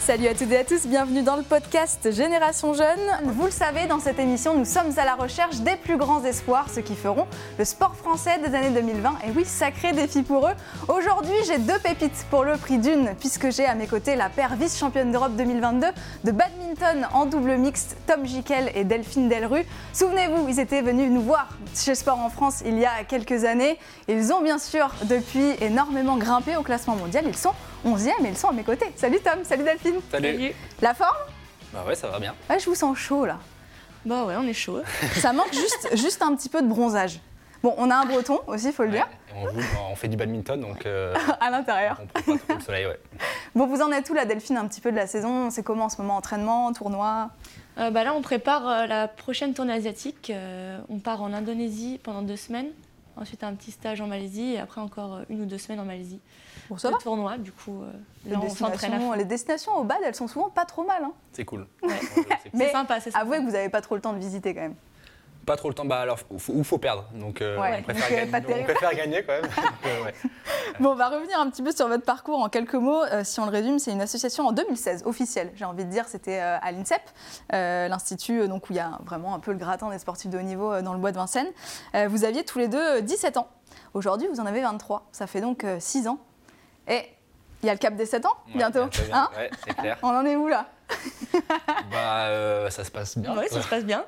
Salut à toutes et à tous, bienvenue dans le podcast Génération Jeune. Vous le savez, dans cette émission, nous sommes à la recherche des plus grands espoirs, ceux qui feront le sport français des années 2020. Et oui, sacré défi pour eux. Aujourd'hui, j'ai deux pépites pour le prix d'une, puisque j'ai à mes côtés la paire vice-championne d'Europe 2022 de badminton en double mixte, Tom Jikel et Delphine Delru. Souvenez-vous, ils étaient venus nous voir chez Sport en France il y a quelques années. Ils ont bien sûr, depuis, énormément grimpé au classement mondial. Ils sont 11e et ils sont à mes côtés. Salut Tom, salut Delphine. Salut. La forme Bah ouais, ça va bien. Ouais, je vous sens chaud là. Bah ouais, on est chaud. Ça manque juste, juste un petit peu de bronzage. Bon, on a un breton aussi, faut le dire, Et on, roule- on fait du badminton, donc euh, à l'intérieur. on prend pas trop le soleil, ouais. Bon, vous en êtes où la Delphine un petit peu de la saison C'est comment en ce moment Entraînement, tournoi Euh, bah là, on prépare euh, la prochaine tournée asiatique. Euh, on part en Indonésie pendant deux semaines. Ensuite, un petit stage en Malaisie et après encore euh, une ou deux semaines en Malaisie. Bon, ça Le va. euh, tournoi, du coup, euh, Les, là, on s'entraîne à destinations, fond. les destinations au bad, elles sont souvent pas trop mal. hein. C'est cool. Ouais. C'est cool. Mais C'est sympa, c'est sympa. Avouez que vous n'avez pas trop le temps de visiter quand même. Pas trop le temps, bah alors, faut- faut- ou faut perdre, donc euh, Ouais, on, préfère donc, euh, pas gagner, on terrible. préfère gagner quand même. Donc, euh, ouais. Bon, on va revenir un petit peu sur votre parcours en quelques mots. Euh, si on le résume, c'est une association en 2016, officielle, j'ai envie de dire. C'était euh, à l'INSEP, euh, l'Institut euh, donc, où il y a vraiment un peu le gratin des sportifs de haut niveau euh, dans le bois de Vincennes. Euh, vous aviez tous les deux euh, 17 ans. Aujourd'hui, vous en avez 23. Ça fait donc 6 ans. Et il y a le cap des 7 ans Ouais, bientôt. bientôt, bien- hein ouais, c'est clair. on en est où là bah euh, ça se passe bien. Ouais, ça se passe bien.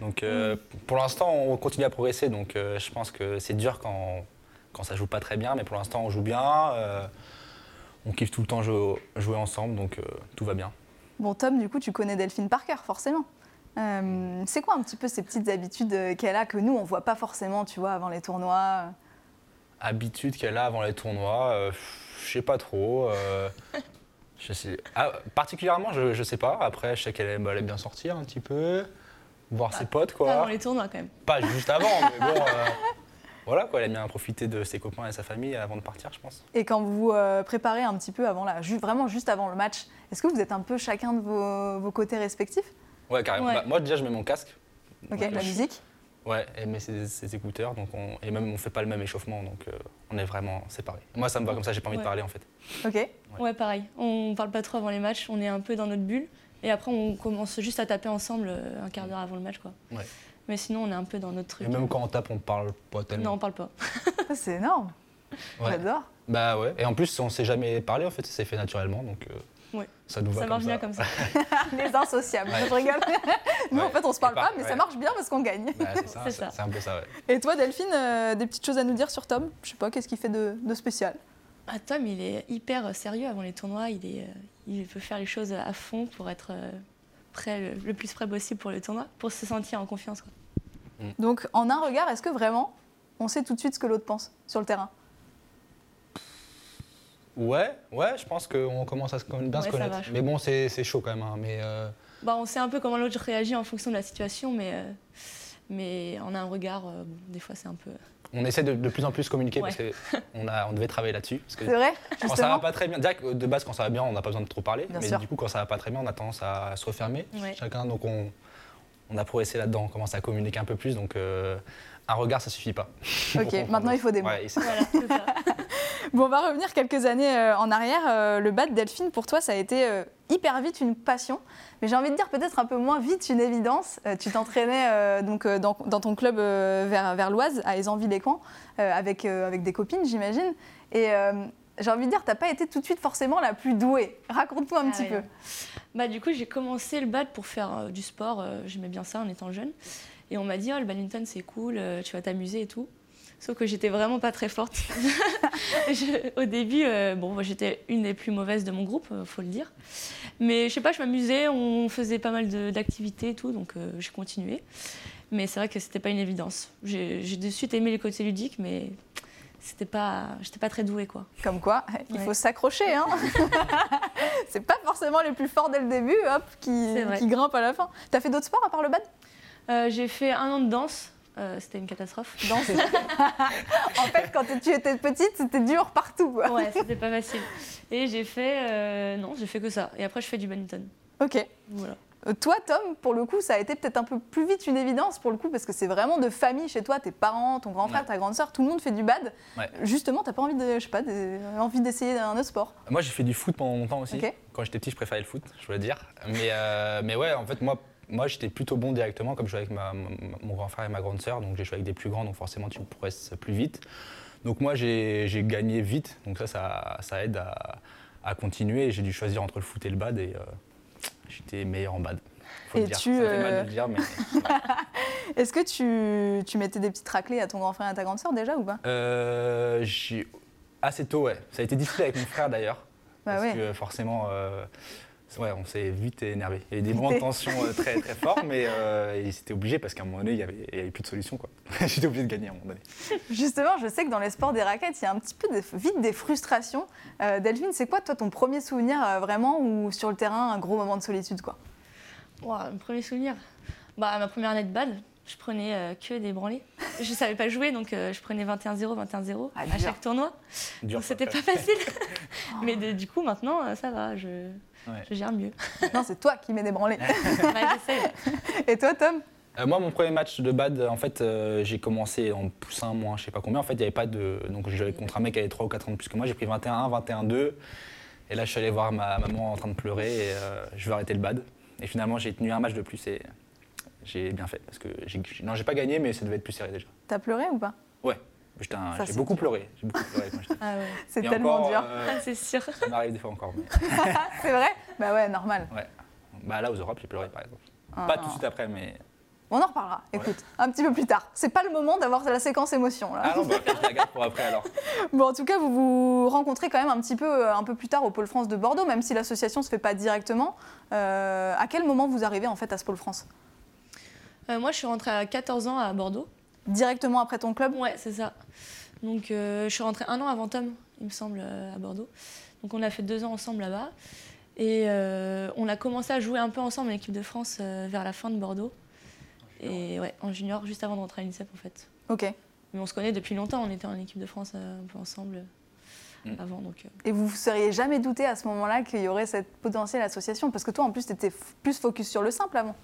Donc euh, pour l'instant, on continue à progresser, donc euh, je pense que c'est dur quand, quand ça joue pas très bien, mais pour l'instant, on joue bien. euh, on kiffe tout le temps jouer, jouer ensemble, donc euh, tout va bien. Bon, Tom, du coup, tu connais Delphine Parker, forcément. Euh, c'est quoi un petit peu ces petites habitudes euh, qu'elle a que nous, on voit pas forcément, tu vois, avant les tournois habitude qu'elle a avant les tournois, euh, je sais pas trop. euh, je sais- ah, particulièrement, je, je sais pas. Après, je sais qu'elle aime, elle aime bien sortir un petit peu, voir ses potes, Pas Avant quoi. les tournois, quand même. Pas juste avant, mais bon. euh, voilà, quoi. Elle aime bien profiter de ses copains et sa famille avant de partir, je pense. Et quand vous vous euh, préparez un petit peu avant là, vraiment juste avant le match, est-ce que vous êtes un peu chacun de vos, vos côtés respectifs Ouais, carrément. Ouais. Bah, moi, déjà, je mets mon casque. Ok, Ouais, la je- musique Ouais, elle met ses, ses écouteurs, donc on, et même on fait pas le même échauffement, donc euh, on est vraiment séparés. Moi, ça me va comme ça, j'ai pas envie de Ouais. parler en fait. Ok. Ouais. Ouais. pareil. On parle pas trop avant les matchs, on est un peu dans notre bulle. Et après, on commence juste à taper ensemble euh, un quart d'heure avant le match, quoi. Ouais. Mais sinon, on est un peu dans notre Et truc. même quand on tape, on parle pas Non, tellement. on parle pas. Ça, c'est énorme, Ouais. j'adore. Bah ouais, et en plus on s'est jamais parlé en fait, ça s'est fait naturellement donc euh, Ouais. ça nous va Ça comme marche ça. bien comme ça. Les insociables, Ouais. je rigole. Nous, en Ouais. fait, on se parle Et par- pas, mais ça ouais. marche bien parce qu'on gagne. Bah, c'est ça, C'est c'est ça. c'est un peu ça ouais. Et toi, Delphine, euh, des petites choses à nous dire sur Tom Je sais pas, qu'est-ce qu'il fait de, de spécial Ah, Tom, il est hyper sérieux avant les tournois. Il, est, euh, il peut faire les choses à fond pour être euh, prêt, le, le plus prêt possible pour le tournoi, pour se sentir en confiance. quoi. Donc, en un regard, est-ce que vraiment on sait tout de suite ce que l'autre pense sur le terrain Ouais, ouais, je pense qu'on commence à se con- bien se Ouais, ça va, connaître. je mais bon, c'est c'est chaud quand même, hein, mais euh, Bah, on sait un peu comment l'autre réagit en fonction de la situation, mais, euh, mais on a un regard, euh, bon, des fois c'est un peu... on essaie de, de plus en plus communiquer Ouais. parce qu'on on devait travailler là-dessus. Parce que C'est vrai quand Oh, ça va Justement pas très bien, déjà que de base quand ça va bien, on n'a pas besoin de trop parler, Bien mais sûr. du coup quand ça va pas très bien, on a tendance à se refermer Ouais. chacun, donc on, on a progressé là-dedans, on commence à communiquer un peu plus, donc euh, un regard ça suffit pas. Ok, maintenant, il faut des mots. Ouais, et c'est- Voilà, c'est ça. Bon, on va revenir quelques années euh, en arrière. Euh, le bad Delphine, pour toi, ça a été euh, hyper vite une passion, mais j'ai envie de dire peut-être un peu moins vite une évidence. Euh, tu t'entraînais euh, donc euh, dans, dans ton club euh, vers, vers l'Oise, à Aisanville-les-Camps, euh, avec, euh, avec des copines, j'imagine. Et euh, j'ai envie de dire, t'as pas été tout de suite forcément la plus douée. Raconte-nous un Ah petit ouais, non. Bah, du coup, j'ai commencé le bad pour faire euh, du sport. euh, J'aimais bien ça en étant jeune. Et on m'a dit, oh, le badminton, c'est cool, euh, tu vas t'amuser et tout. Sauf que j'étais vraiment pas très forte. Je- au début, euh, bon, moi, j'étais une des plus mauvaises de mon groupe, euh, faut le dire. Mais je sais pas, je m'amusais, on faisait pas mal de- d'activités et tout, donc euh, j'ai continué. Mais c'est vrai que c'était pas une évidence. J'ai j'ai de suite aimé les côtés ludiques, mais c'était pas, j'étais pas très douée, quoi. peu. Comme quoi, il Ouais. faut s'accrocher. Hein. C'est pas forcément les plus forts dès le début, hop, qui, C'est vrai. qui grimpent à la fin. T'as fait d'autres sports à part le bad Euh, j'ai fait un an de danse, euh, c'était une catastrophe. Danse. en fait, quand tu étais petite, c'était dur partout. quoi. Ouais, c'était pas facile. Et j'ai fait. euh, non, j'ai fait que ça. Et après, je fais du badminton. Ok. Voilà. Euh, Toi, Tom, pour le coup, ça a été peut-être un peu plus vite une évidence, pour le coup, parce que c'est vraiment de famille chez toi, tes parents, ton grand frère, Ouais. ta grande sœur, tout le monde fait du bad. Ouais. Justement, t'as pas envie de, je sais pas, de- envie d'essayer un autre sport. Moi, j'ai fait du foot pendant longtemps aussi. Ok. Quand j'étais petit, je préférais le foot, je veux dire. Mais, euh, mais ouais, en fait, moi, moi j'étais plutôt bon directement, comme je jouais avec ma- ma- mon grand frère et ma grande sœur. Donc, j'ai joué avec des plus grands, donc forcément, tu progresses plus vite. Donc, moi, j'ai j'ai gagné vite. Donc, ça, ça, ça aide à, à continuer. J'ai dû choisir entre le foot et le bad. Et euh, j'étais meilleur en bad. Faut Et le dire. tu, Ça fait mal de euh, le dire, mais. Est-ce que tu, tu mettais des petites raclées à ton grand frère et à ta grande sœur déjà ou pas Euh, j'ai- assez tôt, ouais. Ça a été difficile avec mon frère d'ailleurs. Bah parce ouais. que forcément, euh, ouais, on s'est vite énervé. Il y a eu des moments de tension euh, très très forts, mais euh, il s'était obligé parce qu'à un moment donné, il n'y avait, il y avait plus de solution. quoi. J'étais obligé de gagner à un moment donné. Justement, je sais que dans les sports des raquettes, il y a un petit peu des- vite des frustrations. Euh, Delphine, c'est quoi toi ton premier souvenir euh, vraiment ou sur le terrain un gros moment de solitude quoi Ouah, mon premier souvenir. Bah, ma première année de balle, je prenais euh, que des branlées. Je savais pas jouer, donc euh, je prenais 21-0, 21-0 Ah, à dur. chaque tournoi. Dur, Donc quoi. c'était pas facile. Mais de- du coup, maintenant, euh, ça va, je, Ouais. je gère mieux. Non, c'est toi qui mets des branlées. Ouais, Bah, j'essaie. Et toi, Tom Euh, moi, mon premier match de bad, en fait, euh, j'ai commencé en poussin, moins, je sais pas combien. En fait, il n'y avait pas de. Donc, je jouais contre un mec qui avait 3 ou 4 ans de plus que moi. J'ai pris 21-1, 21-2. Et là, je suis allé voir ma maman en train de pleurer et euh, je vais arrêter le bad. Et finalement, j'ai tenu un match de plus et j'ai bien fait. Parce que. j'ai- Non, j'ai pas gagné, mais ça devait être plus serré déjà. T'as pleuré ou pas Ouais. J'étais un- Ça, J'ai c'est beaucoup pleuré. J'ai beaucoup pleuré quand j'étais. Ah ouais. C'est Et tellement encore, dur. euh, Ah, c'est sûr. ça m'arrive des fois encore. mais- C'est vrai Bah ouais, normal. Ouais. Bah, là, aux Europes, j'ai pleuré par exemple. Ah. Pas tout de suite après, mais. On en reparlera, écoute, un petit peu plus tard. C'est pas le moment d'avoir la séquence émotion là. Ah non, bah, je la garde pour après alors. Bon, en tout cas, vous vous rencontrez quand même un petit peu, euh, un peu plus tard au Pôle France de Bordeaux, même si l'association se fait pas directement. Euh, à quel moment vous arrivez en fait à ce Pôle France Euh, moi, je suis rentrée à 14 ans à Bordeaux. Directement après ton club Ouais, c'est ça. Donc, euh, je suis rentrée un an avant Tom, il me semble, euh, à Bordeaux. Donc, on a fait deux ans ensemble là-bas. Et euh, on a commencé à jouer un peu ensemble en équipe de France euh, vers la fin de Bordeaux. Et ouais, en junior, juste avant de rentrer à l'INSEP en fait. Ok. Mais on se connaît depuis longtemps, on était en équipe de France euh, un peu ensemble euh, Mm. avant. Donc, euh, Et vous vous seriez jamais douté à ce moment-là qu'il y aurait cette potentielle association Parce que toi, en plus, tu étais plus focus sur le simple avant.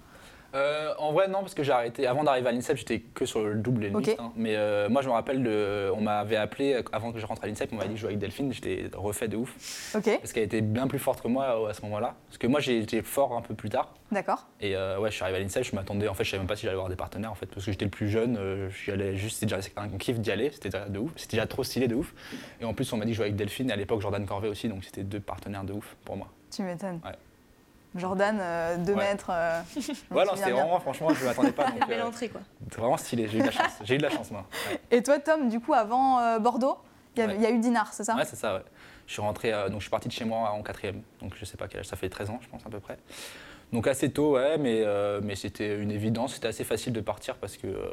Euh, en vrai, non, parce que j'ai arrêté. Avant d'arriver à l'INSEP, j'étais que sur le double et le Ok. mixte, hein. Mais euh, moi, je me rappelle, de, on m'avait appelé euh, avant que je rentre à l'INSEP, on m'avait dit que je jouais avec Delphine. J'étais refait de ouf. Ok, Parce qu'elle était bien plus forte que moi euh, à ce moment-là. Parce que moi, j'ai été fort un peu plus tard. d'accord. Et euh, ouais, je suis arrivé à l'INSEP, je m'attendais. En fait, je savais même pas si j'allais avoir des partenaires, en fait. Parce que j'étais le plus jeune, euh, j'y allais juste, c'était déjà un kiff d'y aller. C'était déjà de ouf. C'était déjà trop stylé de ouf. Et en plus, on m'a dit que je jouais avec Delphine et à l'époque, Jordan Corvée aussi. Donc, c'était deux partenaires de ouf pour moi. Tu m'étonnes. Ouais. Jordan, 2 Ouais. mètres. euh, je m'en Ouais, non, souviens c'était bien. vraiment, franchement, je m'attendais pas. donc, belle euh, entrée quoi. c'était vraiment stylé, j'ai eu de la chance. J'ai eu de la chance, moi. Ouais. Et toi, Tom, du coup, avant euh, Bordeaux, il y, avait- Ouais. il y a eu Dinard, c'est ça Ouais, c'est ça, ouais. Je suis rentré, euh, donc je suis parti de chez moi en quatrième, donc je sais pas quel âge, ça fait 13 ans, je pense à peu près. Donc assez tôt, ouais, mais, euh, mais c'était une évidence, c'était assez facile de partir parce que euh,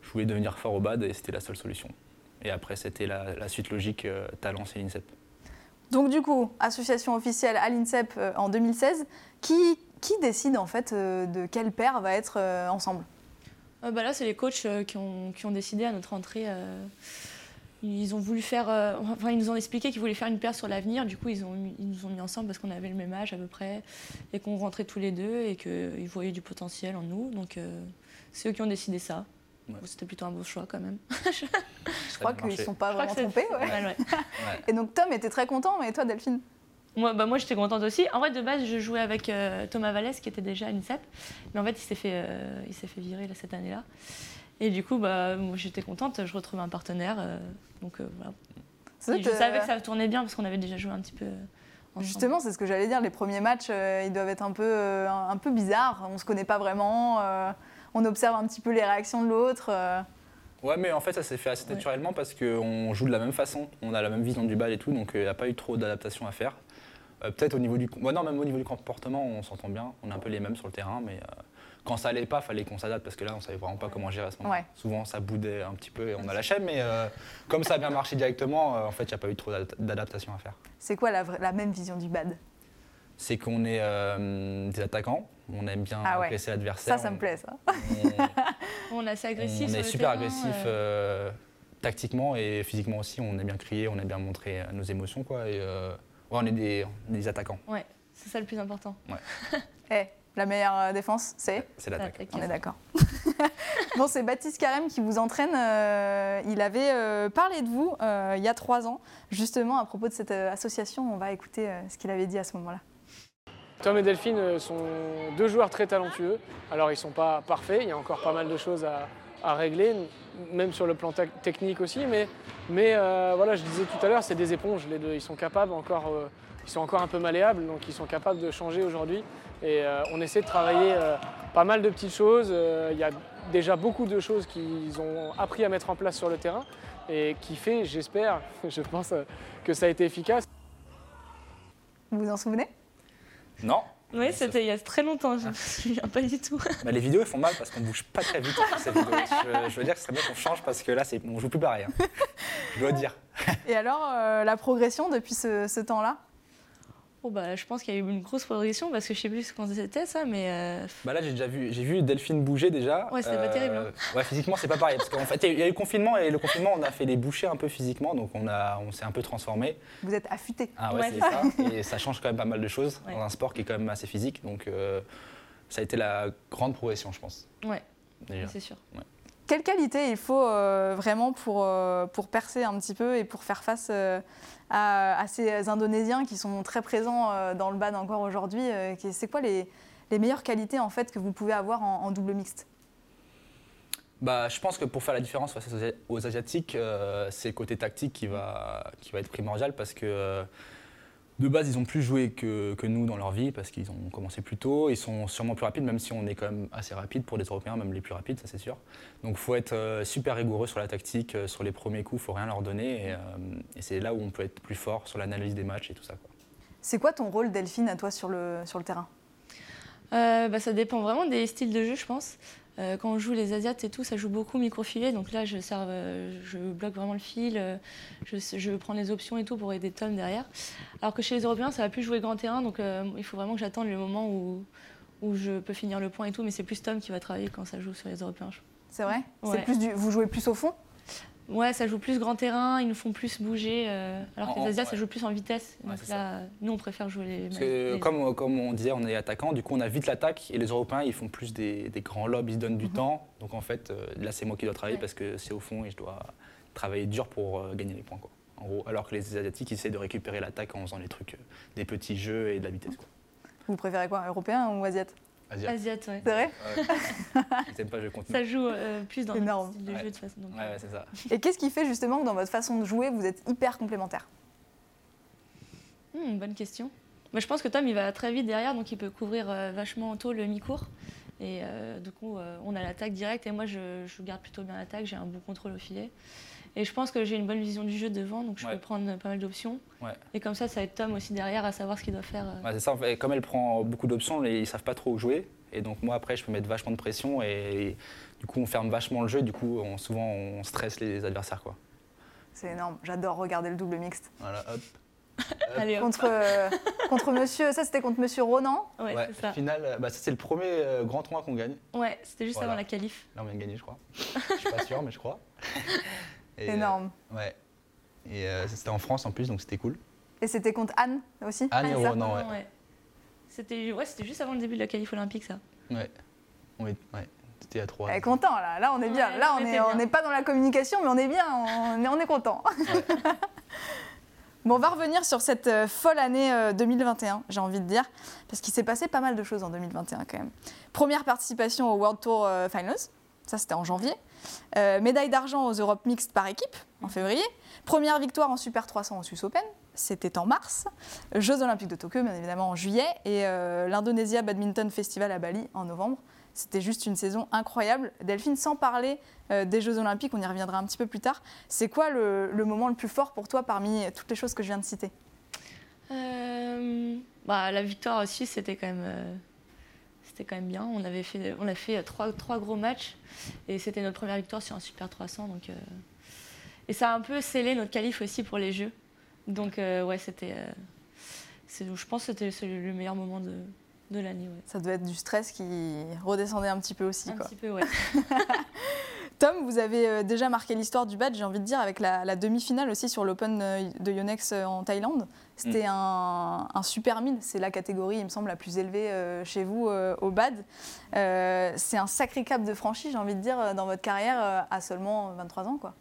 je voulais devenir fort au bad et c'était la seule solution. Et après, c'était la, la suite logique, euh, talent, c'est l'INSEP. Donc, du coup, association officielle à l'INSEP euh, en 2016. Qui, qui décide en fait euh, de quelle paire va être euh, ensemble Euh, bah là, c'est les coachs euh, qui, ont, qui ont décidé à notre entrée. euh, ils ont voulu faire. euh, enfin, ils nous ont expliqué qu'ils voulaient faire une paire sur l'avenir. Du coup, ils, ont, mis- ils nous ont mis ensemble parce qu'on avait le même âge à peu près et qu'on rentrait tous les deux et qu'ils voyaient du potentiel en nous. Donc, euh, c'est eux qui ont décidé ça. Ouais. Bon, C'était plutôt un beau choix quand même. Je crois qu'ils ne sont pas Je crois vraiment que c'est- trompés. ouais. Pas mal, ouais. Et donc, Tom était très content, mais toi, Delphine Moi, bah, moi j'étais contente aussi. En vrai, de base, je jouais avec euh, Thomas Vallès qui était déjà à l'INSEP. Mais en fait, il s'est fait, euh, il s'est fait virer là, cette année-là. Et du coup, bah, moi, j'étais contente. Je retrouvais un partenaire. euh, donc euh, voilà. C'est Et vrai je que, savais euh, que ça tournait bien parce qu'on avait déjà joué un petit peu. euh, ensemble. Justement, c'est ce que j'allais dire. Les premiers matchs, euh, ils doivent être un peu, euh, un un peu bizarres. On se connaît pas vraiment. euh, on observe un petit peu les réactions de l'autre. euh. Ouais, mais en fait, ça s'est fait assez Ouais. naturellement parce qu'on joue de la même façon, on a la même vision du bal et tout, donc il n'y a pas eu trop d'adaptation à faire. Euh, Peut-être au niveau du. ouais, non, même au niveau du comportement, on s'entend bien, on est un peu les mêmes sur le terrain, mais euh, quand ça allait pas, fallait qu'on s'adapte parce que là, on savait vraiment pas comment gérer à ce moment. Ouais. là Souvent, ça boudait un petit peu et on a lâché, mais euh, comme ça a bien marché directement, euh, en fait, il n'y a pas eu trop d'adap- d'adaptation à faire. C'est quoi la, vra- la même vision du bad C'est qu'on est euh, des attaquants, on aime bien Ah ouais. agresser l'adversaire. Ça, ça me on- plaît, ça. on- on est assez agressif. on sur est le super terrain, agressif euh, euh, tactiquement et physiquement aussi. On aime bien crier, on aime bien montrer euh, nos émotions. Quoi, et, euh, ouais, on est des, des attaquants. Ouais, c'est ça le plus important. Eh, La meilleure euh, défense, c'est C'est l'attaque. L'attaque. On est d'accord. bon, c'est Baptiste Carême qui vous entraîne. euh, il avait euh, parlé de vous euh, il y a trois ans, justement à propos de cette euh, association. On va écouter euh, ce qu'il avait dit à ce moment-là. Tom et Delphine euh, sont deux joueurs très talentueux. Alors ils ne sont pas parfaits, il y a encore pas mal de choses à, à régler, n- même sur le plan tec- technique aussi. Mais, mais, euh, voilà, je disais tout à l'heure, c'est des éponges. Les deux, ils sont capables encore, euh, ils sont encore un peu malléables, donc ils sont capables de changer aujourd'hui. Et euh, on essaie de travailler euh, pas mal de petites choses. Euh, Il y a déjà beaucoup de choses qu'ils ont appris à mettre en place sur le terrain et qui fait, j'espère, je pense euh, que ça a été efficace. Vous vous en souvenez Non Oui, c'était il y a très longtemps, je me souviens pas du tout. Bah, Les vidéos elles font mal parce qu'on bouge pas très vite sur ces vidéos. Je, je veux dire que ce serait bien qu'on change parce que là, c'est- on joue plus pareil. hein. Je dois dire. Et alors, euh, la progression depuis ce, ce temps-là Bon, bah, je pense qu'il y a eu une grosse progression parce que je sais plus quand c'était ça, mais euh, Bah là, j'ai déjà vu, j'ai vu Delphine bouger déjà. Euh, Ouais, c'était pas terrible, hein. Ouais, physiquement, c'est pas pareil. Parce qu'en fait, il y a eu le confinement et le confinement, on a fait les bouchées un peu physiquement, donc on, a, on s'est un peu transformé. Vous êtes affûté. Ah ouais, Ouais, c'est c'est ça. Et ça change quand même pas mal de choses Ouais. dans un sport qui est quand même assez physique. Donc euh, ça a été la grande progression, je pense. ouais, Déjà. c'est sûr. Quelle qualité il faut euh, vraiment pour, euh, pour percer un petit peu et pour faire face euh, à, à ces Indonésiens qui sont très présents euh, dans le BAD encore aujourd'hui euh, qui- C'est quoi les, les meilleures qualités en fait que vous pouvez avoir en, en double mixte Bah, je pense que pour faire la différence face aux, Asi- aux Asiatiques, euh, c'est le côté tactique qui va, qui va être primordial parce que euh, de base, ils ont plus joué que, que nous dans leur vie parce qu'ils ont commencé plus tôt. Ils sont sûrement plus rapides, même si on est quand même assez rapide pour des Européens, même les plus rapides, ça c'est sûr. Donc il faut être euh, super rigoureux sur la tactique, euh, sur les premiers coups, il faut rien leur donner. Et, euh, et c'est là où on peut être plus fort sur l'analyse des matchs et tout ça. quoi. C'est quoi ton rôle Delphine à toi sur le, sur le terrain Euh, bah, ça dépend vraiment des styles de jeu, je pense. Euh, quand on joue les Asiates et tout, ça joue beaucoup micro-filet. Donc là, je, serve, euh, je bloque vraiment le fil, euh, je, je prends les options et tout pour aider Tom derrière. Alors que chez les Européens, ça va plus jouer grand terrain. Donc euh, il faut vraiment que j'attende le moment où, où je peux finir le point et tout. Mais c'est plus Tom qui va travailler quand ça joue sur les Européens. je C'est vrai C'est Ouais. plus du- Vous jouez plus au fond Ouais, ça joue plus grand terrain, ils nous font plus bouger, euh, alors que En- les Asias, ouais. ça joue plus en vitesse. Ouais, donc c'est là, nous, on préfère jouer les. Parce que les- comme, comme on disait, on est attaquant, du coup on a vite l'attaque et les Européens ils font plus des, des grands lobes, ils se donnent du temps. Donc en fait euh, là c'est moi qui dois travailler Ouais. parce que c'est au fond et je dois travailler dur pour euh, gagner les points. Quoi. En gros, alors que les Asiatiques ils essaient de récupérer l'attaque en faisant des trucs, euh, des petits jeux et de la vitesse. Quoi. Vous préférez quoi Européen ou Asiate Asia. Asiates, ouais. C'est vrai Ils aiment pas le jeu contenu. Ça joue euh, plus dans Énorme. le style de Ouais. jeu de toute façon. donc, Ouais, ouais, c'est ça. Et qu'est-ce qui fait justement que dans votre façon de jouer vous êtes hyper complémentaires Hmm, bonne question. Mais je pense que Tom, il va très vite derrière, donc il peut couvrir euh, vachement tôt le mi-cours. Et euh, du coup, euh, on a l'attaque directe. Et moi, je, je garde plutôt bien l'attaque. J'ai un bon contrôle au filet. Et je pense que j'ai une bonne vision du jeu devant, donc je Ouais. peux prendre pas mal d'options. Ouais. Et comme ça, ça aide Tom aussi derrière à savoir ce qu'il doit faire. euh. Ouais, c'est ça, en fait, comme elle prend beaucoup d'options, les- ils savent pas trop où jouer. Et donc moi après je peux mettre vachement de pression et du coup on ferme vachement le jeu, du coup on, souvent on stresse les adversaires. Quoi. C'est énorme, j'adore regarder le double mixte. Voilà, hop. Allez, hop. Contre, euh, contre monsieur, ça c'était contre monsieur Ronan, Ouais, Ouais, c'est ça. Final, euh, bah, ça, c'est le premier euh, grand tournoi qu'on gagne. Ouais, c'était juste Voilà. avant la qualif. Là, on vient de gagner, je crois. Je suis pas sûr, mais je crois. Et, euh, énorme. ouais. Et euh, c'était en France en plus, donc c'était cool. Et c'était contre Anne aussi Anne et c'est ça Ronan, Oh ouais. Ah, Ouais. C'était ouais, c'était juste avant le début de la qualif olympique, ça. Ouais. On est- ouais. C'était à 3. Elle est content là, là on est bien, Ouais, là on on était est- on bien. n'est pas dans la communication mais on est bien, on est, on est content. bon on va revenir sur cette euh, folle année euh, 2021 j'ai envie de dire, parce qu'il s'est passé pas mal de choses en 2021 quand même. Première participation au World Tour euh, Finals, ça c'était en janvier. Euh, médaille d'argent aux Europe Mixtes par équipe en février. Première victoire en Super 300 au Swiss Open, c'était en mars. Jeux Olympiques de Tokyo, bien évidemment, en juillet. Et euh, l'Indonesia Badminton Festival à Bali en novembre. C'était juste une saison incroyable. Delphine, sans parler euh, des Jeux Olympiques, on y reviendra un petit peu plus tard. C'est quoi le, le moment le plus fort pour toi parmi toutes les choses que je viens de citer Euh, bah, la victoire aussi, c'était quand même, euh, c'était quand même bien. On avait fait, on a fait euh, trois, trois gros matchs et c'était notre première victoire sur un Super 300. Donc, euh, et ça a un peu scellé notre qualif aussi pour les Jeux. Donc euh, ouais, c'était, euh, c'est- je pense que c'était c'est le meilleur moment de, de l'année. ouais. Ça doit être du stress qui redescendait un petit peu aussi. Un quoi. petit peu, ouais. Tom, vous avez euh, déjà marqué l'histoire du badge, j'ai envie de dire, avec la, la demi-finale aussi sur l'Open euh, de Yonex euh, en Thaïlande. C'était un, un super 1000, c'est la catégorie, il me semble, la plus élevée euh, chez vous euh, au BAD. Euh, c'est un sacré cap de franchi, j'ai envie de dire, euh, dans votre carrière euh, à seulement 23 ans. Quoi.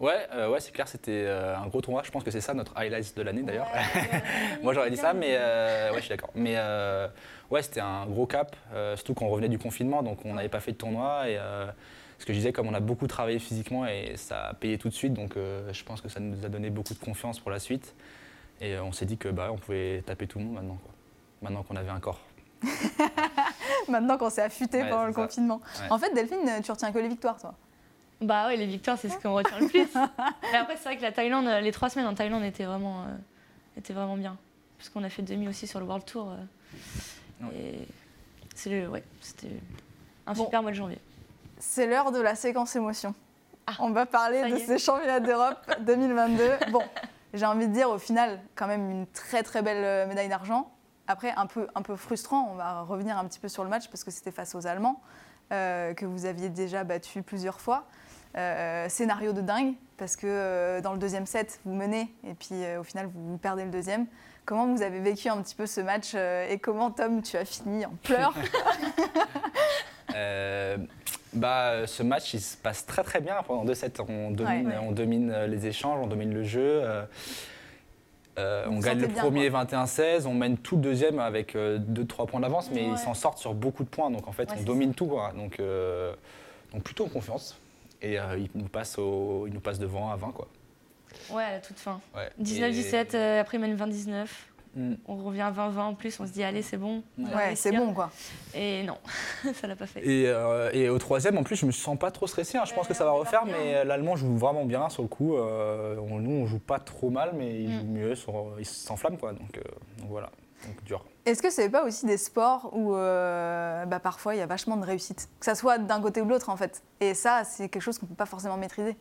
Ouais, euh, ouais c'est clair, c'était euh, un gros tournoi. Je pense que c'est ça notre highlight de l'année d'ailleurs. Ouais, Moi j'aurais dit ça, mais euh, ouais, je suis d'accord. Mais euh, ouais, c'était un gros cap, euh, surtout qu'on revenait du confinement, donc on n'avait pas fait de tournoi. Et euh, ce que je disais, comme on a beaucoup travaillé physiquement et ça a payé tout de suite, donc euh, je pense que ça nous a donné beaucoup de confiance pour la suite. Et euh, on s'est dit que bah, on pouvait taper tout le monde maintenant, quoi. maintenant qu'on avait un corps. Maintenant qu'on s'est affûté Ouais, pendant c'est le ça. confinement. Ouais. En fait, Delphine, euh, tu retiens que les victoires, toi. Bah ouais, les victoires, c'est ce qu'on retient le plus. Mais après, c'est vrai que la Thaïlande, euh, les trois semaines en Thaïlande étaient vraiment, euh, étaient vraiment bien. Parce qu'on a fait demi aussi sur le World Tour. euh, Ouais. et c'est le- ouais, c'était un Bon. super mois de janvier. C'est l'heure de la séquence émotion. Ah, On va ça parler y de est. ces championnats d'Europe 2022. Bon, j'ai envie de dire au final, quand même une très très belle euh, médaille d'argent. Après, un peu, un peu frustrant, on va revenir un petit peu sur le match parce que c'était face aux Allemands euh, que vous aviez déjà battu plusieurs fois. Euh, scénario de dingue parce que euh, dans le deuxième set, vous menez et puis euh, au final, vous, vous perdez le deuxième. Comment vous avez vécu un petit peu ce match euh, et comment, Tom, tu as fini en pleurs Euh, bah, euh, ce match, il se passe très très bien pendant 2-7. On domine, Ouais, ouais. on domine euh, les échanges, on domine le jeu. euh, euh, Vous on vous gagne le sentez bien, premier 21-16, on mène tout le deuxième avec 2-3 points d'avance, mais Ouais. ils s'en sortent sur beaucoup de points. Donc en fait, Ouais, on c'est domine tout. quoi. Donc, euh, donc plutôt en confiance. Et euh, ils, nous passent au- ils nous passent devant à 20. quoi. Ouais, à la toute fin. Ouais. 19-17, Et- euh, après, ils mènent 20-19. Mm. On revient à 20-20 en plus, on se dit, allez, c'est bon. on va Ouais, réussir. c'est bon quoi. Et non, ça l'a pas fait. Et, euh, et au troisième, en plus, je me sens pas trop stressé. hein. Je pense Ouais, que ça va on est refaire, pas bien. mais l'allemand joue vraiment bien sur le coup. Euh, on- nous, on joue pas trop mal, mais il Mm. joue mieux. Sur, il s'enflamme, quoi. Donc, euh, donc voilà. Donc dur. Est-ce que c'est pas aussi des sports où euh, bah, parfois il y a vachement de réussite Que ça soit d'un côté ou de l'autre en fait. Et ça, c'est quelque chose qu'on peut pas forcément maîtriser.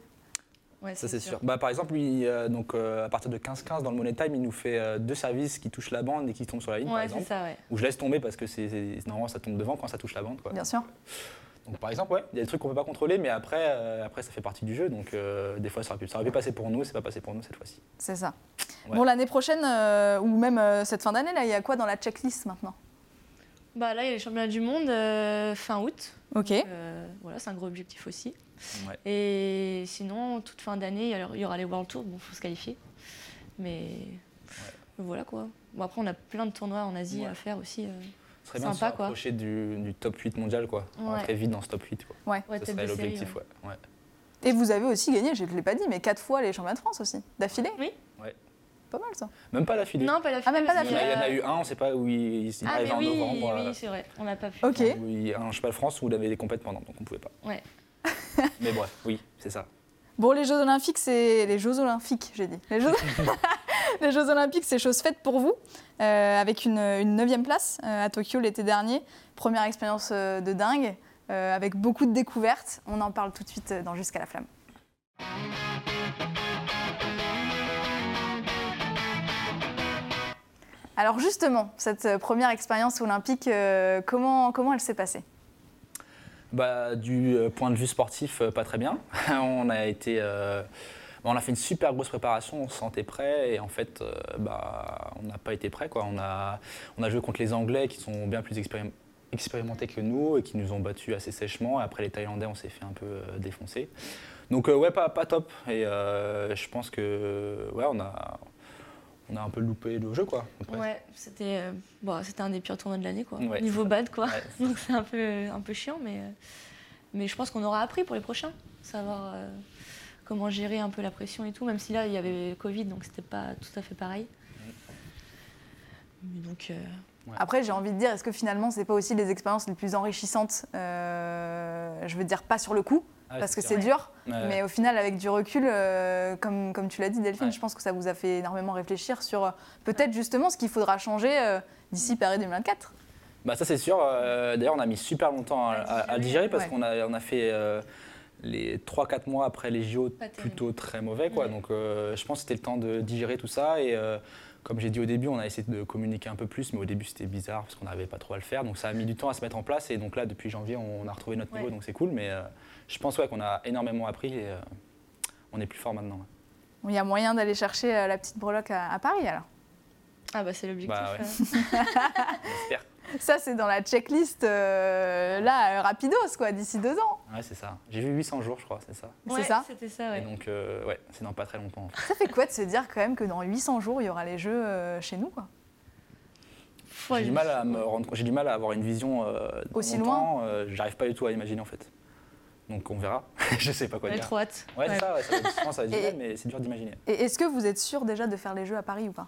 Ouais, Ça, c'est sûr. Bah, par exemple, lui, euh, donc, euh, à partir de 15-15 dans le Money Time, il nous fait euh, deux services qui touchent la bande et qui tombent sur la ligne, par Ouais, c'est exemple. ça, ouais. Ou je laisse tomber parce que c'est c'est- normalement, ça tombe devant quand ça touche la bande. Quoi. Bien sûr. Donc, par exemple, ouais, il y a des trucs qu'on peut pas contrôler, mais après, euh, après ça fait partie du jeu. Donc euh, des fois, ça aurait, pu, ça aurait pu passer pour nous, c'est pas passé pour nous cette fois-ci. C'est ça. Ouais. Bon, l'année prochaine euh, ou même euh, cette fin d'année, là, il y a quoi dans la checklist maintenant Bah là, il y a les championnats du monde euh, fin août. Ok. Donc, euh, voilà, c'est un gros objectif aussi. Ouais. Et sinon, toute fin d'année, il y a- il y aura les World Tour. Bon, faut se qualifier. Mais voilà quoi. Bon, après, on a plein de tournois en Asie Ouais. à faire aussi. euh. Ce serait bien de se Sympa, quoi. rapprocher du, du top 8 mondial, quoi. Ouais. Rentrer vite dans ce top 8, quoi. Ouais. Ouais, Ce tête serait de série, l'objectif, ouais. ouais. Ouais. Et vous avez aussi gagné, je ne l'ai pas dit, mais quatre fois les championnats de France aussi, d'affilée. Oui. Ouais. Pas mal ça. Même pas la filée. Non, pas la Ah, même pas la Il parce y, en que, a, il y en a euh, eu un, on sait pas où il, il Ah, arrive mais en oui, novembre. euh, oui, c'est vrai. On n'a pas pu. Ok. où il- un cheval France où il avait des compètes pendant, donc on pouvait pas. Ouais. Mais bref, oui, c'est ça. Bon, les Jeux Olympiques, c'est. Les Jeux Olympiques, j'ai dit. Les Jeux, les Jeux Olympiques, c'est chose faite pour vous, euh, avec une, une 9 place euh, à Tokyo l'été dernier. Première expérience euh, de dingue, euh, avec beaucoup de découvertes. On en parle tout de suite euh, dans Jusqu'à la flamme. Alors justement, cette euh, première expérience olympique, euh, comment, comment elle s'est passée Bah, du euh, point de vue sportif, euh, pas très bien. on a été, euh, bah, on a fait une super grosse préparation, on se sentait prêt et en fait, euh, bah, on n'a pas été prêt quoi. On a, on a joué contre les Anglais qui sont bien plus expérim- expérimentés que nous et qui nous ont battus assez sèchement. Et après les Thaïlandais, on s'est fait un peu euh, défoncer. Donc euh, ouais, pas, pas top. Et euh, je pense que ouais, on a, on a un peu loupé le jeu quoi. après. Ouais, c'était euh, bon, c'était un des pires tournois de l'année quoi. Ouais, Niveau bad quoi. Ouais. Donc c'est un peu un peu chiant mais euh, mais je pense qu'on aura appris pour les prochains, savoir euh, comment gérer un peu la pression et tout même si là il y avait Covid donc c'était pas tout à fait pareil. Mais donc euh, Après, j'ai envie de dire, est-ce que finalement, c'est pas aussi les expériences les plus enrichissantes euh, Je veux dire, pas sur le coup, Ah ouais, parce que sûr. c'est dur, Ouais. mais au final, avec du recul, euh, comme, comme tu l'as dit, Delphine, Ouais. je pense que ça vous a fait énormément réfléchir sur euh, peut-être justement ce qu'il faudra changer euh, d'ici Paris 2024. Bah ça c'est sûr. Euh, D'ailleurs on a mis super longtemps à, à- à digérer parce ouais. qu'on a, on a fait euh, les 3-4 mois après les JO Pas terrible. Mm. plutôt très mauvais. Quoi. Ouais. Donc euh, je pense que c'était le temps de digérer tout ça. Et euh, comme j'ai dit au début, on a essayé de communiquer un peu plus, mais au début c'était bizarre parce qu'on n'arrivait pas trop à le faire. Donc ça a mis du temps à se mettre en place. Et donc là, depuis janvier, on a retrouvé notre niveau, Ouais. donc c'est cool. Mais euh, je pense ouais, qu'on a énormément appris et euh, on est plus fort maintenant. ouais. Il y a moyen d'aller chercher euh, la petite breloque à, à Paris alors. Ah bah c'est l'objectif. Bah ouais. euh. On espère. Ça, c'est dans la checklist euh, là, euh, rapidos, quoi, d'ici deux ans. Ouais, c'est ça. J'ai vu 800 jours, je crois, c'est ça. C'est Ouais, ça C'était ça, ouais. Et donc, euh, ouais, c'est dans pas très longtemps. en fait. Ça fait quoi de se dire quand même que dans 800 jours, il y aura les jeux euh, chez nous, quoi Ouais, J'ai du je- mal à me rendre compte, j'ai du mal à avoir une vision euh, dans Aussi longtemps, euh, J'arrive pas du tout à imaginer en fait. Donc on verra. je sais pas quoi J'ai dire. trop hâte. Ouais, Ouais. c'est ça, ouais, ça, va être- je pense que ça va être Et- génial, mais c'est dur d'imaginer. Et est-ce que vous êtes sûr déjà de faire les jeux à Paris ou pas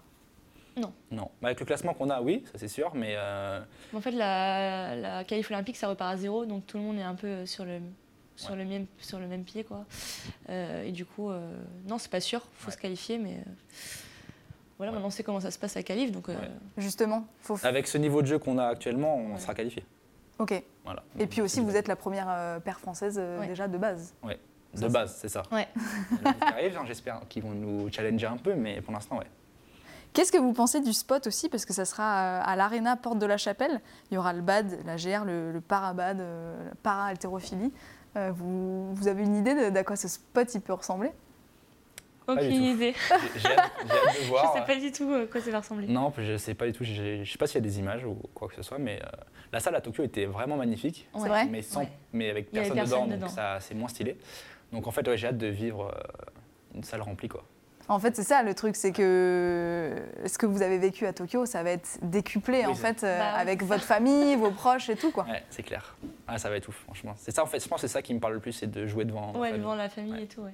Non. Bah, avec le classement qu'on a, oui, ça c'est sûr, mais euh, En fait, la, la qualif olympique, ça repart à zéro, donc tout le monde est un peu sur le, sur le, même, sur le même pied. Quoi. Euh, et du coup, euh, non, c'est pas sûr, faut Ouais. se qualifier, mais euh, voilà, Ouais. maintenant on sait comment ça se passe la qualif, donc euh, Ouais. Justement, faut. f- avec ce niveau de jeu qu'on a actuellement, on Ouais. sera qualifié. Ok. Voilà. Et puis aussi, C'est vous de- êtes la première euh, paire française euh, Ouais. déjà de base. de base, c'est ça. Ouais. Il y en a qui arrivent, hein, j'espère qu'ils vont nous challenger un peu, mais pour l'instant, ouais. Qu'est-ce que vous pensez du spot aussi Parce que ça sera euh, à l'Arena Porte de la Chapelle. Il y aura le BAD, la GR, le, le para-BAD, euh, la para-haltérophilie. Euh, vous, vous avez une idée de- d'à quoi ce spot il peut ressembler Ah, du aucune tout. idée. J'ai j'ai hâte, j'ai hâte de voir. Je sais pas du tout euh, quoi ça va ressembler. Non, puis je sais pas du tout. j'ai- Je sais pas s'il y a des images ou quoi que ce soit, mais euh, la salle à Tokyo était vraiment magnifique. C'est vrai mais, sans, Ouais. mais avec Il y avait personne, personne dedans, dedans. donc ça c'est moins stylé. Donc en fait, ouais, j'ai hâte de vivre euh, une salle remplie quoi. En fait, c'est ça le truc, c'est que ce que vous avez vécu à Tokyo, ça va être décuplé Oui, en c'est- fait euh, Bah ouais, avec votre famille, vos proches et tout quoi. Ouais, c'est clair. Ah, ça va être ouf, franchement. C'est ça en fait. Je pense que c'est ça qui me parle le plus, c'est de jouer devant. ma Ouais, famille. devant la famille Ouais. et tout, ouais.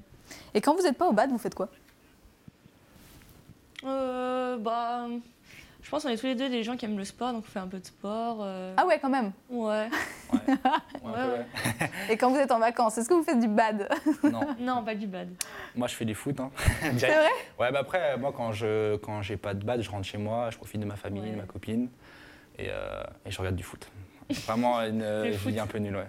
Et quand vous n'êtes pas au BAD, vous faites quoi Euh, bah, je pense qu'on est tous les deux des gens qui aiment le sport, donc on fait un peu de sport. euh, Ah ouais, quand même. ouais. Ouais, un peu, Ouais, Et quand vous êtes en vacances, est-ce que vous faites du BAD ouais. non, Non, pas du bad. moi je fais du foot. Hein. C'est vrai Ouais, bah après, moi quand je quand j'ai pas de bad, je rentre chez moi, je profite de ma famille, de Ouais. ma copine, et, euh, et je regarde du foot. Vraiment une euh, Le vie foot. un peu nulle, ouais.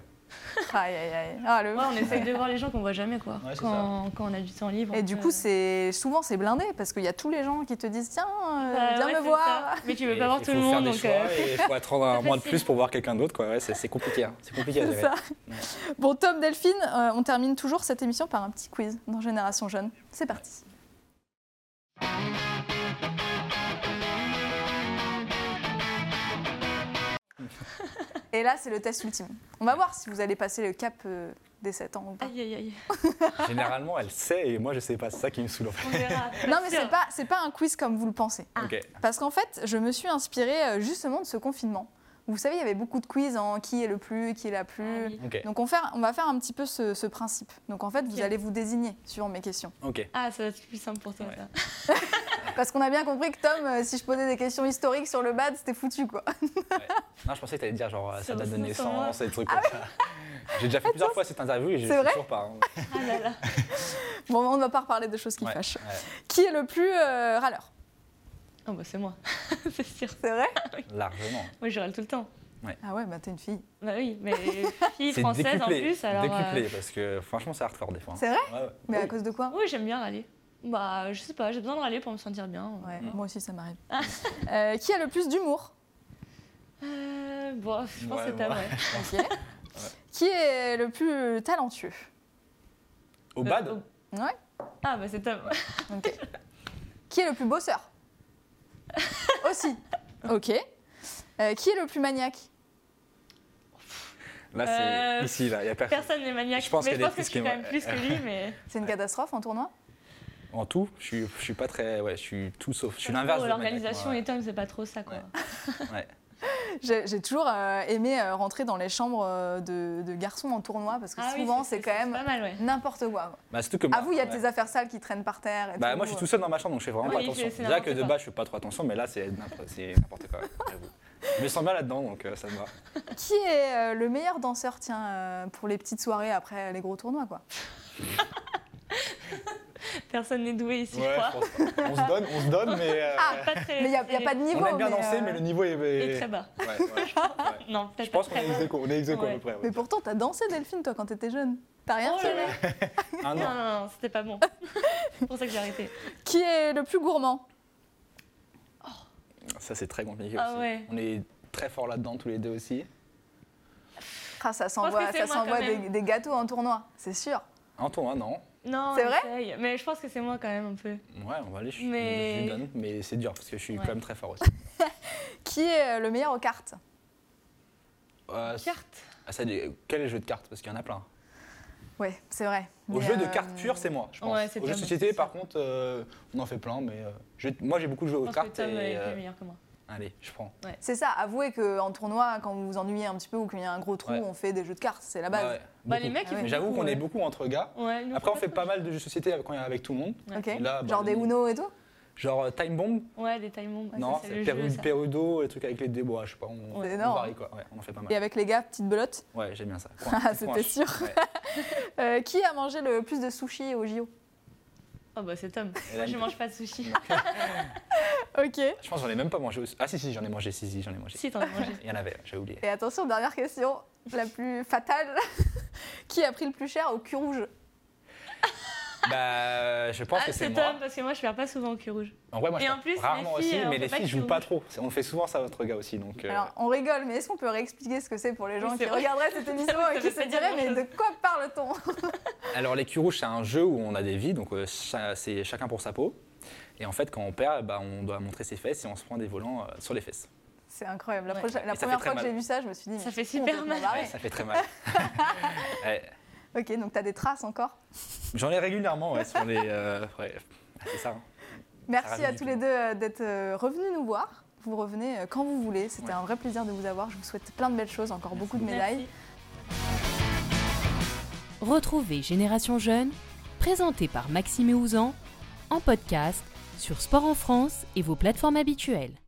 Aïe aïe aïe. Ah, le- Ouais, on essaye de voir les gens qu'on voit jamais, quoi. Ouais, c'est quand, quand on a du temps libre. Et on euh, du peut- coup, c'est souvent c'est blindé parce qu'il y a tous les gens qui te disent tiens, euh, Bah, viens ouais, me c'est voir. ça. Mais tu veux Et pas voir il tout faut le faire monde, des donc. choix euh, et Il faut attendre un c'est mois de plus facile. pour voir quelqu'un d'autre. quoi. Ouais, c'est c'est compliqué. hein. C'est compliqué à C'est gérer. ça. Bon, Tom, Delphine, euh, on termine toujours cette émission par un petit quiz dans Génération Jeune. C'est parti. Et là, c'est le test ultime. On va voir si vous allez passer le cap euh, des 7 ans ou pas. Aïe, aïe, aïe. Généralement, elle sait et moi, je sais pas. C'est ça qui me saoule en fait. On verra. Non, mais c'est pas, c'est pas un quiz comme vous le pensez. Ok. Parce qu'en fait, je me suis inspirée euh, justement de ce confinement. Vous savez, il y avait beaucoup de quiz en qui est le plus, qui est la plus. Ah oui. Ok. Donc on, faire- on va faire un petit peu ce, ce principe. Donc en fait, vous Ok. allez vous désigner suivant mes questions. Ok. Ah, ça va être plus simple pour toi, ça. Parce qu'on a bien compris que Tom, euh, si je posais des questions historiques sur le BAD, c'était foutu quoi. Non, je pensais que t'allais dire genre euh, sa Sur- date de sur- sur naissance et des trucs comme ça. J'ai déjà fait plusieurs fois cette interview et je c'est sais vrai toujours pas. hein. Ah là là. Bon, on ne va pas reparler de choses qui Ouais, fâchent. ouais. Qui est le plus euh, râleur Oh, bah, c'est moi. c'est sûr. C'est vrai Largement. Moi, je râle tout le temps. Ah ouais, bah t'es une fille. Bah oui, mais fille C'est française décuplé. en plus, alors. euh, décuplé parce que franchement, c'est hardcore des fois. hein. C'est vrai Ouais, ouais. Mais à Oui. cause de quoi ah Oui, j'aime bien râler. Bah, je sais pas, j'ai besoin de râler pour me sentir bien. Ouais, Mm. moi aussi ça m'arrive. Euh, qui a le plus d'humour Euh, bon, je pense Ouais, que c'est ta moi. vraie. Ok. Qui est le plus talentueux Au bad Euh, au- Ouais. Ah bah c'est top. Ok. qui est le plus bosseur Aussi. Ok. Euh, qui est le plus maniaque Là, c'est Euh, ici, là. Il y a personne. Personne n'est maniaque. Je pense mais qu'elle je pense est que plus je suis que quand moi. même plus que lui, mais C'est une catastrophe en tournoi En tout, je suis, je suis pas très. Ouais, je suis tout sauf. Je suis Parce que l'inverse. de maniaque, L'organisation moi, et Tom, c'est pas trop ça quoi. Ouais. ouais. J'ai j'ai toujours euh, aimé euh, rentrer dans les chambres euh, de, de garçons en tournoi parce que Ah oui, souvent c'est quand Pas même mal, ouais. n'importe quoi. Bah, surtout que À vous, il y a ouais. tes affaires sales qui traînent par terre. Et Bah, tout. moi, je suis tout seul dans ma chambre, donc je fais vraiment Oui, pas il fait- attention. c'est Déjà que de n'importe base, je fais pas trop attention, mais là, c'est n'importe c'est n'importe quoi. j'avoue. Je me sens bien là-dedans, donc euh, ça me va. Qui est euh, le meilleur danseur, tiens, euh, pour les petites soirées après les gros tournois, quoi Personne n'est doué ici, je Ouais, crois. je pense pas. on se donne, on se donne, mais euh, Ah, Pas très. Mais il n'y a, y a pas de niveau. on aime bien mais, danser, euh, mais le niveau est, Et est- très bas. Ouais, ouais. Non, peut-être Je pense qu'on pas est très bas. ex-aequo, on est ex-aequo à Ouais. peu près. ouais. Mais pourtant, t'as dansé, Delphine, toi, quand t'étais jeune. T'as rien Oh fait là là. Un Non, an. non, non, c'était pas bon. C'est pour ça que j'ai arrêté. Qui est le plus gourmand Ça, c'est très compliqué Ah aussi. ouais. On est très forts là-dedans, tous les deux aussi. Ah, ça s'envoie, que c'est ça moi, s'envoie quand des, même. des gâteaux en tournoi, c'est sûr. Un tournoi, non Non, C'est vrai essaye. Mais je pense que c'est moi quand même un peu. Ouais, on va aller, je, Mais- je lui donne, mais c'est dur parce que je suis Ouais. quand même très fort aussi. Qui est euh, le meilleur aux cartes Euh, c- Carte. ah, ça, dit- quel est le jeu de cartes Parce qu'il y en a plein. Ouais, c'est vrai. Au Mais, jeu de euh, cartes pures, c'est moi, je pense. ouais, c'est Au jeu de Tom, société, c'est par contre, euh, on en fait plein, mais euh, je- moi j'ai beaucoup joué Je aux pense cartes. que Tom et, est euh, bien meilleur que moi. allez, je prends. C'est ça, avouez qu'en tournoi, quand vous vous ennuyez un petit peu ou qu'il y a un gros trou, Ouais. on fait des jeux de cartes, c'est la base. Ouais, Bah, beaucoup. les mecs, ils Ah ouais. font Mais j'avoue beaucoup, qu'on est ouais. beaucoup entre gars. Ouais, nous, Après, on fait trop pas mal de jeux de société avec- quand on est avec tout le monde. Ouais. Ok. Et là, bah, Genre des on- Uno et tout Genre euh, Time Bomb de- Ouais, des time bombs. ouais, Non, ça, c'est le jeu, Peru- ça. Perudo, les trucs avec les débois, je sais pas. On, C'est on énorme. varie quoi. Ouais, on en fait pas mal. Et avec les gars, petite belote Ouais, j'aime bien ça. Ah, c'était sûr. Ouais. Euh, qui a mangé le plus de sushis au JO Oh bah c'est Tom. Et Moi là, je mange pas de sushi. Ah, Ok. Et Je pense que j'en ai même pas mangé aussi. Ah si, si, j'en ai mangé, si, si, j'en ai mangé. si t'en as mangé. Il y en avait, j'avais oublié. attention, dernière question, la plus fatale. qui a pris le plus cher au cul rouge bah, je pense Ah que c'est c'est moi. Tom parce que moi je perds pas souvent au cul rouge. En vrai, moi, Et je en plus, rarement les filles, aussi, euh, on mais fait les pas filles de jouent cul pas rouge. trop. C'est- On fait souvent ça à votre gars aussi, donc. euh, Alors, on rigole, mais est-ce qu'on peut réexpliquer ce que c'est pour les gens qui Oui, c'est vrai. regarderaient cette émission Ça et qui veut se pas dire diraient, mais de grand-chose. quoi parle-t-on Alors les culs rouges, c'est un jeu où on a des vies, donc euh, cha- c'est chacun pour sa peau. Et en fait, quand on perd, bah, on doit montrer ses fesses et on se prend des volants euh, sur les fesses. C'est incroyable. La, Ouais. prochaine- la Et ça fait première très fois que mal. j'ai vu ça, je me suis dit. Ça mais fait ils sont super complètement mal. barrés. Ouais, ça fait très mal. Ouais. Ok, donc tu as des traces encore. J'en ai régulièrement ouais, sur les. euh, ouais. C'est ça. hein. Merci ravi à du tous tout. les deux euh, d'être euh, revenus nous voir. Vous revenez euh, quand vous voulez. C'était Ouais. un vrai plaisir de vous avoir. Je vous souhaite plein de belles choses, encore beaucoup de médailles. Merci. Retrouvez Génération Jeune, présenté par Maxime et Ouzan, en podcast sur Sport en France et vos plateformes habituelles.